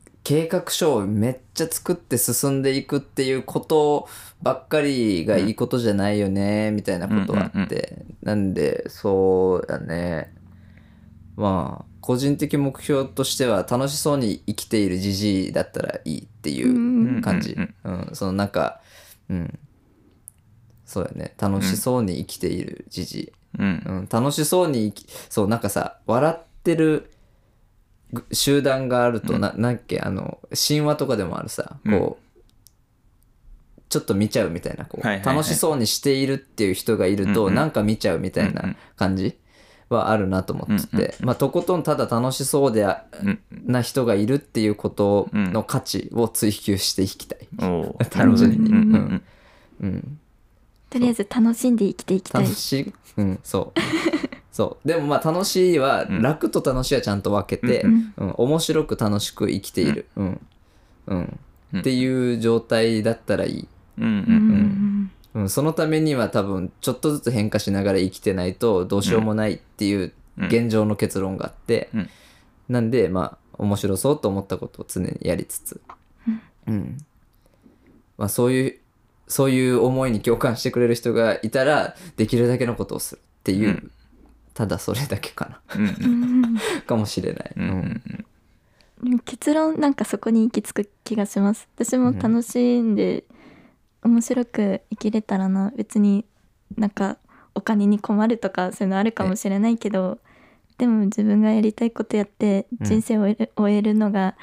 S1: う計画書をめっちゃ作って進んでいくっていうことばっかりがいいことじゃないよね、みたいなことはあって、なんでそうだねまあ個人的目標としては楽しそうに生きているじじいだったらいいっていう感じ、
S2: うん
S1: うん、そのなんかうんそうだね楽しそうに生きているじじい、
S2: うん
S1: うん、楽しそうに生きそうなんかさ笑ってるぐ集団があると、
S2: うん
S1: ななんっけあの神話とかでもあるさ
S2: うん
S1: こう、ちょっと見ちゃうみたいなこう、
S2: はいはいはい
S1: 楽しそうにしているっていう人がいると、
S2: うんうん
S1: なんか見ちゃうみたい
S2: うんう
S1: なん感じはあるなと思ってて、
S2: うんうん
S1: まあ、とことんただ楽しそうであ
S2: うん
S1: な人がいるっていうことの価値を追求していきたい、
S2: おおー
S1: 単純
S3: に
S2: なるほどね
S1: うんうん、
S3: とりあえず楽しんで生きていきたい
S1: 楽。しい、うん、そうそうでもまあ楽しいは、
S2: うん
S1: 楽と楽しいはちゃんと分けて、
S2: う
S1: うんん面白く楽しく生きている、うんうん
S2: うん
S1: っていう状態だったらいい、
S2: うんうんう
S3: うん
S1: うんう
S3: ん
S1: ん、そのためには多分ちょっとずつ変化しながら生きてないとどうしようもないっていう
S2: うん
S1: 現状の結論があって、
S2: うん
S1: なんでまあ面白そうと思ったことを常にやりつつ、うんまあ、そういうそういう思いに共感してくれる人がいたらできるだけのことをするっていう、
S2: うん
S1: ただそれだけか
S2: うん
S3: うんうん
S1: な (laughs) かもしれない、
S2: うんうんうん
S3: うん結論なんかそこに行き着く気がします私も楽しんで、面白く生きれたらな別になんかお金に困るとかそういうのあるかもしれないけどでも自分がやりたいことやって
S1: うん
S3: 人生を終える,、終えるのが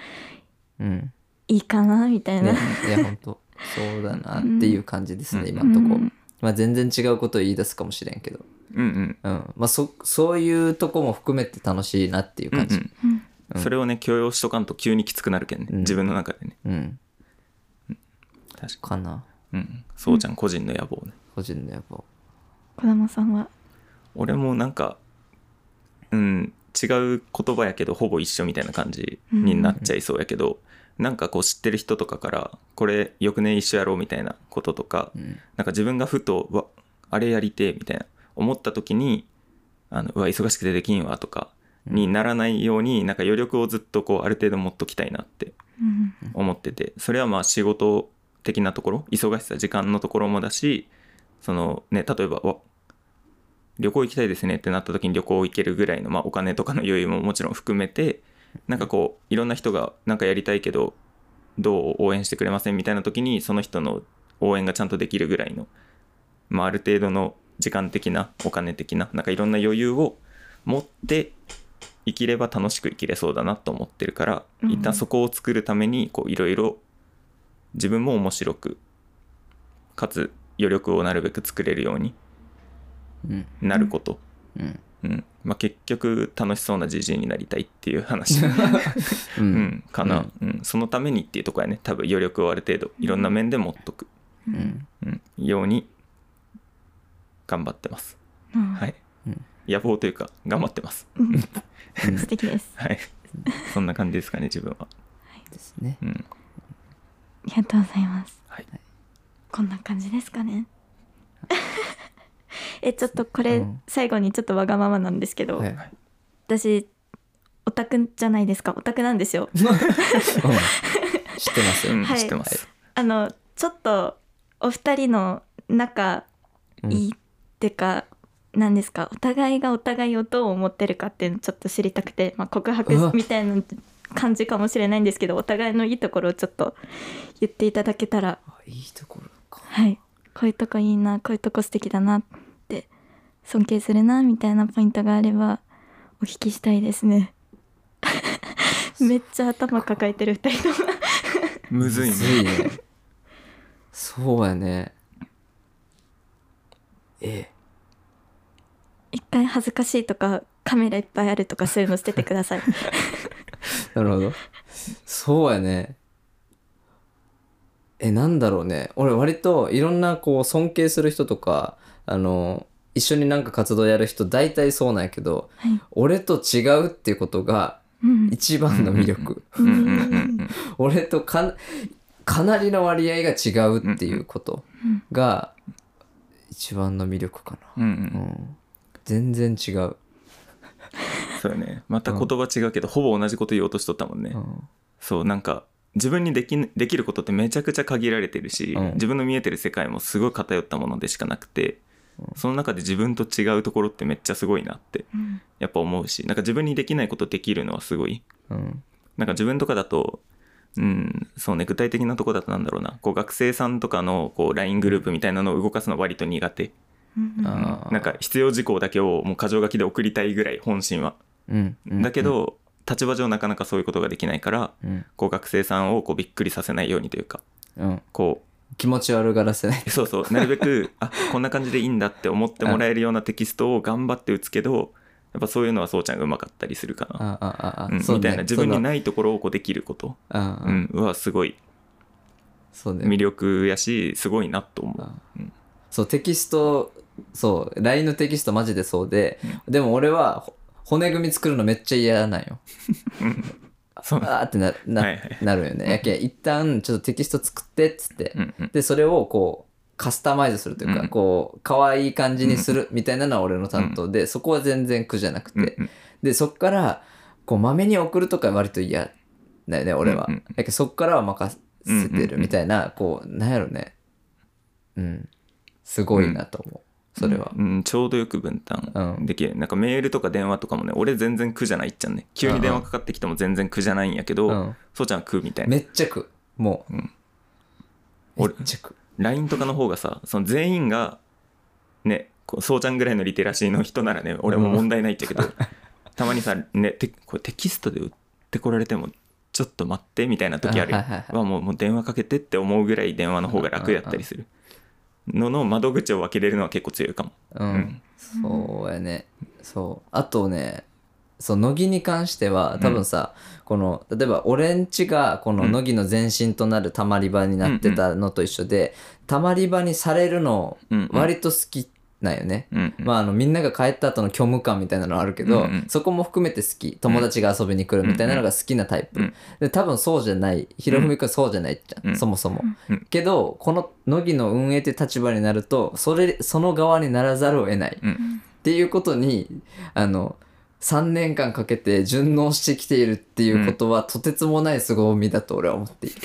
S1: うん
S3: いいかなみたいな、
S1: ね、いや本当そうだなっていう感じですね、
S2: うん
S1: 今んとこ、
S3: うん
S1: まあ、全然違うことを言い出すかもしれんけど
S2: うん
S1: うんまあ、そそういうとこも含めて楽しいなっていう
S2: うんう
S1: 感じ、
S2: ん
S3: うん
S2: うんそれをね許容しとかんと急にきつくなるけんね
S1: うん
S2: 自分の中でね
S1: うん
S2: 確か
S1: かな
S2: にうんそうちゃん個人の野望ね
S1: 個人のやっぱ
S3: 児玉さんは
S2: 俺もなんかうん違う言葉やけどほぼ一緒みたいな感じになっちゃいそうやけど、なんかこう知ってる人とかからこれよくね一緒やろうみたいなこととか、
S1: うん
S2: なんか自分がふとうわあれやりてえみたいな思った時にあのうわ忙しくてできんわとかにならないようになんか余力をずっとこうある程度持っときたいなって
S3: うん
S2: 思っててそれはまあ仕事的なところ忙しさ時間のところもだしそのね例えばわ旅行行きたいですねってなった時に旅行行けるぐらいの、まあ、お金とかの余裕ももちろん含めてなんかこういろんな人がなんかやりたいけどどう応援してくれませんみたいな時にその人の応援がちゃんとできるぐらいの、まあ、ある程度の時間的なお金的ななんかいろんな余裕を持って生きれば楽しく生きれそうだなと思ってるから、
S3: うん
S2: 一旦そこを作るためにこういろいろ自分も面白くかつ余力をなるべく作れるように
S1: うん
S2: なること、
S1: うん
S2: うんまあ、結局楽しそうなじじいになりたいっていう
S3: (laughs)
S2: 話、
S1: う
S2: うんん、かな、うんそのためにっていうところやね多分余力をある程度いろんな面で持っとく、
S1: うんうん
S2: うん、ように頑張ってます、
S3: うん
S2: はい
S1: うん
S2: 野望というか頑張ってます
S3: うん素敵です
S2: はいそんな感じですかね自分は、
S1: ですね
S2: うん、
S3: ありがとうございます
S2: はい
S3: こんな感じです
S1: (laughs)
S3: かねえちょっとこれ、
S1: うん
S3: 最後にちょっとわがままなんですけど、
S1: はい
S3: 私オタクじゃないですかオタクな
S1: (laughs)
S3: んですよ
S1: うん知ってます
S2: う
S1: よ
S2: ん、
S3: はい
S2: 知ってます、
S3: あのちょっとお二人の仲いいってか、なんですかお互いがお互いをどう思ってるかっていうのちょっと知りたくて、まあ、告
S1: うわ
S3: 白みたいな感じかもしれないんですけどお互いのいいところをちょっと言っていただけたら
S1: あいいところか
S3: はいこういうとこいいなこういうとこ素敵だなって尊敬するなみたいなポイントがあればお聞きしたいですねめっちゃ頭抱えてる二人とも
S2: むずい
S1: むず
S2: ね
S1: いねそうやねえ
S3: (laughs) 一回恥ずかしいとかカメラいっぱいあるとかそういうの捨ててく (laughs) ださい
S1: えなるほどそうやねえなんだろうね俺割といろんなこう尊敬する人とかあの一緒になんか活動やる人大体そうなんやけど
S3: はい、
S1: 俺と違うっていうことが
S3: うん、
S1: 一番の魅力、
S2: うんうんうん
S1: 俺とかかなりの割合が違うっていうことが一番の魅力か
S2: うんうんう
S1: な、うんん、全然違う、
S2: そうよねまた言葉違うけど、ほぼ同じこと言おうとしとったもんね、
S1: うん
S2: そうなんか自分にできできることってめちゃくちゃ限られてるし、
S1: うん
S2: 自分の見えてる世界もすごい偏ったものでしかなくて、その中で自分と違うところってめっちゃすごいなって
S3: うん
S2: やっぱ思うしなんか自分にできないことできるのはすごい
S1: うん
S2: なんか自分とかだとうんそうね具体的なとこだとなんだろうなこう学生さんとかのこう LINE グループみたいなのを動かすの割と苦手
S3: うん
S1: あー
S2: なんか必要事項だけをもう箇条書きで送りたいぐらい本心は
S1: うんうん、
S2: だけど、立場上なかなかそういうことができないから
S1: うん、
S2: こう学生さんをこうびっくりさせないようにというか
S1: うん、
S2: こ
S1: 気持ち悪がらせない、
S2: うそうそうなるべく
S1: (laughs)
S2: あこんな感じでいいんだって思ってもらえるようなテキストを頑張って打つけどやっぱそういうのはそうちゃんがうまかったりするかな、
S1: ああああ、
S2: うん
S1: そう
S2: み
S1: ね
S2: たいな自分に
S1: そうだ
S2: ないところをこうできること
S1: ああ、
S2: うん、はすごい
S1: そうだよ
S2: 魅力やしすごいなと思う
S1: あ
S2: うん
S1: そうテキストそう LINE のテキストマジでそうで、でも俺はほ骨組み作るのめっちゃ嫌なんよ
S2: そう
S1: あーってなな,、
S2: はいはい
S1: なるよねやけん一旦ちょっとテキスト作ってっつって、
S2: うんうん
S1: でそれをこうカスタマイズするというか、
S2: うん
S1: こう可愛い感じにするみたいなのは俺の担当で、そこは全然苦じゃなくて、
S2: うんうん
S1: でそっからこうまめに送るとか割と嫌だよね俺は、
S2: うんうん
S1: だけどそっからは任せてるみたいな、こうなんやろねうんすごいなと思う、それは、
S2: うん、ちょうどよく分担
S1: うん
S2: できる、なんかメールとか電話とかもね俺全然苦じゃないっちゃんね急に電話かかってきても全然苦じゃないんやけど、
S1: うん
S2: そうちゃんは苦みたいな
S1: めっちゃ食うもう、
S2: うん
S1: めっちゃ食う
S2: LINE とかの方がさその全員がねこうそうちゃんぐらいのリテラシーの人ならね俺も問題ないっちゃけど、 (laughs) たまにさ、ね、テこれテキストで打ってこられてもちょっと待ってみたいな時ある
S1: あはい
S2: よ
S1: はいはい
S2: はもうもう電話かけてって思うぐらい電話の方が楽やったりするのの窓口を分けれるのは結構強いかも、
S1: うん、
S2: うん
S1: そうやねそうあとねそう乃木に関しては多分さ、この例えば俺んちがこの
S2: うん
S1: 乃木の前身となるたまり場になってたのと一緒で、たまり場にされるの
S2: うんうん
S1: 割と好きなんよね、
S2: うん
S1: まあ、あのみんなが帰った後の虚無感みたいなのあるけど、
S2: うんうん
S1: そこも含めて好き友達が遊びに来るみたいなのが好きなタイプ、
S2: うん
S1: で多分そうじゃないひろふみくんそうじゃないじゃん、
S2: うん
S1: そもそも、
S2: うん
S1: けどこの乃木の運営って立場になるとそれその側にならざるを得ない
S2: うん
S1: っていうことにあの3年間かけて順応してきているっていうことは、とてつもない凄みだと俺は
S2: (laughs)
S1: 思っている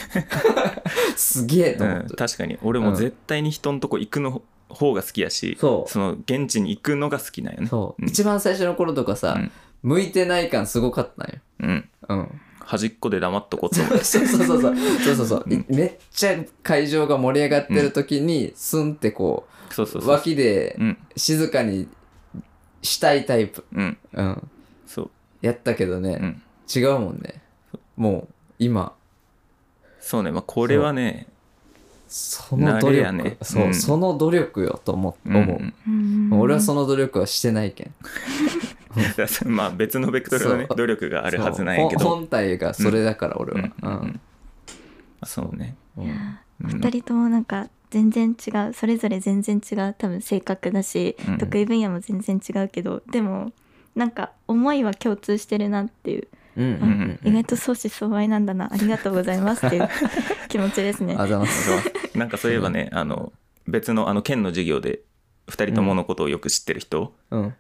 S1: すげえと
S2: う
S1: 思っ
S2: ん
S1: てる、
S2: 確かに俺も絶対に人のとこ行くの方が好きやし
S1: そう
S2: の現地に行くのが好きなんよね
S1: そう、
S2: ん
S1: 一番最初の頃とかさ、
S2: うん
S1: 向いてない感すごかったんよ
S2: うん、
S1: うん、
S2: 端っこで黙っとこうと思
S1: そう
S2: う
S1: そうそうそうそうそうそう、
S2: うん
S1: めっちゃ会場が盛り上がってる時に、スンってこ
S2: そうそ
S1: う
S2: うそう
S1: 脇で
S2: うん
S1: 静かにしたいタイプ、
S2: うん
S1: うん、
S2: そう
S1: やったけどね、
S2: うん
S1: 違うもんねもう今
S2: そうねまあこれはね
S1: その努
S2: 慣れや
S1: 力、
S2: ね
S1: そう、
S2: うん
S1: その努力よと思う、
S2: うん
S1: 思う
S3: うん
S1: 俺はその努力はしてないけん
S2: だから (laughs) まあ別のベクトルのね
S1: そう
S2: 努力があるはずなんやけ
S1: そうほ
S2: ど
S1: ん本体がそれだから俺
S2: う
S1: は
S2: ん、うんうんそうね
S1: うんうん
S2: うん
S3: 二人ともなんか全然違うそれぞれ全然違う多分性格だし、
S2: うん
S3: 得意分野も全然違うけどでもなんか思いは共通してるなっていう、
S1: うんうんうん
S3: 意外と相思相愛なん
S1: (laughs)
S3: だなありがとうございますっていう気持ちですね
S1: あ。ざます
S2: なんかそういえばね、あの別のあの県の授業で2人とものことをよく知ってる人
S1: うんうん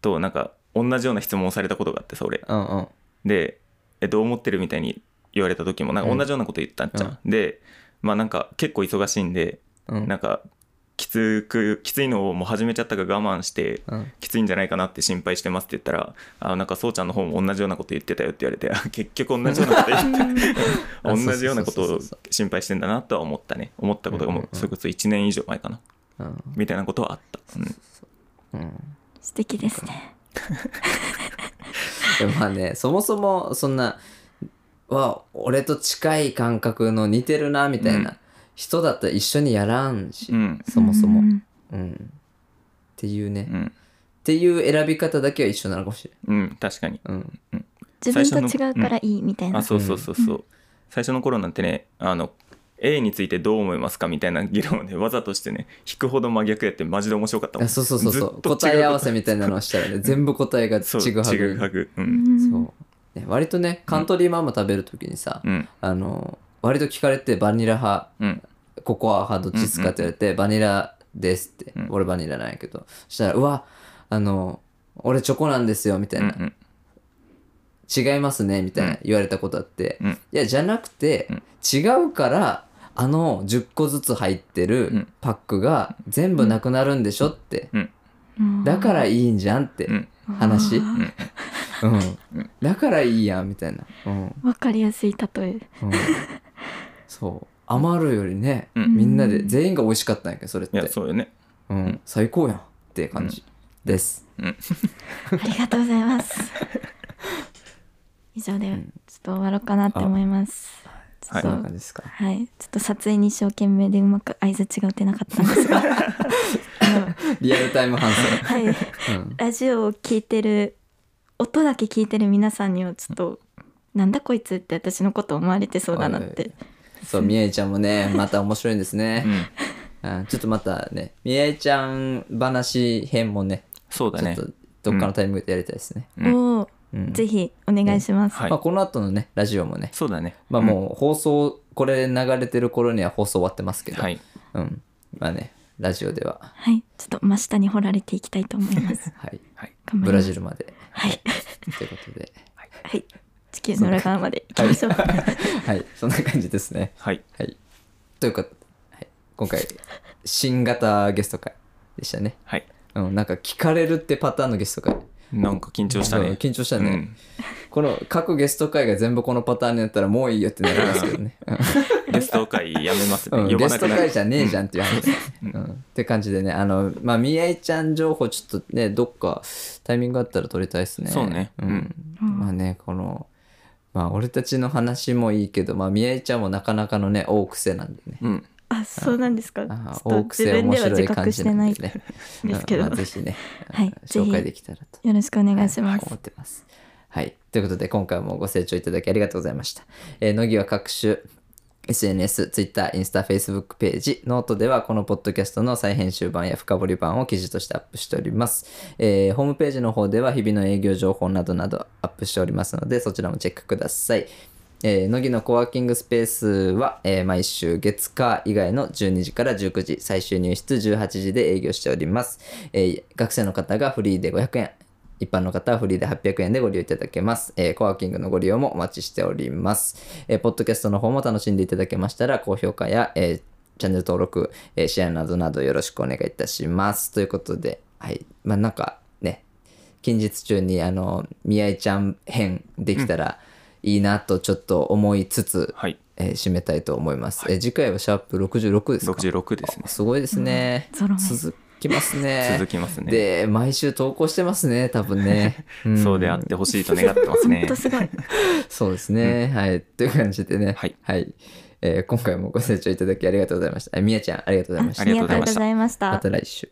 S2: となんか同じような質問をされたことがあってそれ
S1: うん
S2: でえどう思ってるみたいに言われた時もなんか同じようなこと言ったんじゃん、でまあなんか結構忙しいんで
S1: うん
S2: なんかきつくきついのをもう始めちゃったから我慢して
S1: うん
S2: きついんじゃないかなって心配してますって言ったら「あなんかそうちゃんの方も同じようなこと言ってたよ」って言われてあ「結局同じような (laughs) こと言ってた」
S1: あそうそうそうそう
S2: 同じようなことを心配してんだなとは思ったね思ったことがも
S1: うん
S2: う
S1: うん
S2: それこそ1年以上前かな
S1: うん
S2: みたいなことはあった、うん
S1: うん
S3: 素敵ですね。
S1: でもまあねそもそもそんなは俺と近い感覚の似てるなみたいな、
S2: うん
S1: 人だったら一緒にやらんし、
S2: うん
S1: そもそうも、
S3: ん
S1: うん、っていうね、っ
S2: うん
S1: ていう選び方だけは一緒なのかもしれ
S2: うん、確かに
S1: ない、うん、
S3: 自分と違うからいいみたいな。
S2: あそうそうそうそう、最初の頃なんてねあの A についてどう思いますかみたいな議論を (laughs) ねわざとしてね引くほど真逆やってマジで面白かったもん
S1: あそうそうそうそ
S2: ず
S1: う
S2: っと違
S1: 答え合わせ
S2: う
S1: みたいなのをしたらね全部答えが
S2: そう
S1: ちぐはぐ
S2: ちぐはぐう
S3: うんん
S1: そう、ね、割とねカントリーマアム食べる時にさ、
S2: うん
S1: あの割と聞かれてバニラ派
S2: うん
S1: ココア派どっちですかって言われて、バニラですって、
S2: うん
S1: 俺バニラなんやけどそしたら「うわあの俺チョコなんですよ」みたい
S2: うんう
S1: な、
S2: ん
S1: 違いますね」みたいな言われたことあって「
S2: うん
S1: いやじゃなくて、
S2: うん
S1: 違うからあの10個ずつ入って
S2: う
S1: る
S2: ん
S1: パックが全部なくなるんでしょ」って、
S3: うん
S1: だからいいんじゃんって、
S2: うん
S1: 話
S3: うわー
S1: うん
S2: うん
S1: だからいいやんみたいな、うん
S2: (laughs)
S3: わかりやすい例え。
S1: うん、そう余るよりね、
S2: うん
S1: みんなで
S3: うん
S1: 全員が美味しかったんやけどそれっ
S2: い
S1: て
S2: やそうよね
S1: うん、最高やんって感じです。
S3: ありがとうござい
S1: (laughs)
S3: ます。以上でちょっと終わろうかなって思います。ちょ
S2: はい
S3: っ
S1: こ
S2: そ
S3: と
S2: うん
S1: な感じですか。
S3: はい、ちょっと撮影に一生懸命でうまく合図違ってなかったんですがあの
S1: リアルタイム
S2: (laughs)
S1: 反
S3: はい、
S1: 省。うん、
S3: ラジオを聞いてる音だけ聞いてる皆さんにはちょっとなんだこいつって私のこと思われてそうだなって
S1: そう、みえいちゃんもね、また面白いんです
S2: う
S1: ね。
S2: ん
S1: あちょっとまたね、みえいちゃん話編もね、
S2: そうだ
S1: ちょっ
S2: ね
S1: とどっかのタイミングでやりたいですね。
S2: うん
S3: を
S1: うん
S3: ぜひお願いします。
S2: はい
S1: まあ、この後のね、ラジオもね、
S2: そうだね
S1: まあもう放送、これ流れてる頃には放送終わってますけど、
S2: はい
S1: うん。まあね、ラジオでは、
S3: はい、ちょっと真下に掘られていきたいと思
S1: (laughs)
S3: います。
S1: はい、
S2: はい
S3: 頑張ります
S1: ブラジルまで
S3: はい、
S1: ということで、
S3: はい、地球の裏側まで行きましょう。
S1: はい、そんな感じですね。
S2: はい
S1: はい。というか、はい、今回、新型ゲスト会でしたね。
S2: はい
S1: うん、なんか聞かれるってパターンのゲスト会。
S2: なんか緊張した
S1: うん
S2: ね
S1: 緊張したね、
S2: うん
S1: この各ゲスト会が全部このパターンになったらもういいよってなりますけど
S2: (laughs)
S1: ね。
S2: ゲスト会やめます
S1: うん、
S2: ね
S1: うん
S2: 呼ば
S1: ゲ
S2: な
S1: ス
S2: く
S1: ト
S2: なる
S1: 会じゃねえじゃんっていう話。う
S2: うんん
S1: って感じでね、あの、まあ、みやいちゃん情報、ちょっとね、どっかタイミングあったら取りたいですね。
S2: そうね
S1: うん。
S3: うん
S1: まあね、この、まあ、俺たちの話もいいけど、まあ、みやいちゃんもなかなかのね、大癖なんでね。
S2: うん
S3: あ、そうなんですか。ちょ
S1: あ
S3: っ
S1: ー
S3: と
S1: 多く
S3: 自
S1: て面
S3: 分では
S1: 白
S3: 自
S1: い感
S3: 覚
S1: じ
S3: して
S1: な
S3: なんい。
S1: でね。
S3: (laughs) ですけど
S1: うんまあぜひね、
S3: はい
S1: うん
S3: ぜひ
S1: 紹介できたらと。
S3: よろしくお願いしま
S1: は
S3: す。
S1: 思ってます。はい。ということで、今回もご清聴いただきありがとうございました。えー、乃木は各種 SNS、Twitter、インスタ、Facebook ページ、ノートではこのポッドキャストの再編集版や深掘り版を記事としてアップしております。えーホームページの方では日々の営業情報などなどアップしておりますので、そちらもチェックください。えー、乃木のコワーキングスペースは、えー毎週月火以外の12時から19時、最終入室18時で営業しております。えー学生の方がフリーで500円、一般の方はフリーで800円でご利用いただけます。えーコワーキングのご利用もお待ちしております。えーポッドキャストの方も楽しんでいただけましたら、高評価や、えーチャンネル登録、えーシェアなどなどよろしくお願いいたします。ということで、はい。まあなんかね、近日中にあの、宮井ちゃん編できたらいいなとちょっと思いつつ、
S2: はい
S1: えー締めたいと思います。えー次回はシャープ66ですか
S2: 66ですね
S1: すごいですね。
S3: うんゾロ目
S1: 続きますね。
S2: 続きますね
S1: で、毎週投稿してますね、多分
S2: (laughs)
S1: ね。ん
S2: そうであってほしいと願ってます
S1: (laughs)
S3: ほん
S2: ね
S3: とすごい。
S1: そうですね。はい。という感じでね。
S2: はい
S1: えー今回もご清聴いただきありがとうございました。えみやちゃん、ありがとうございました。
S2: ありがとうございました
S3: ありがとうございまし
S1: また来
S3: た
S1: 週。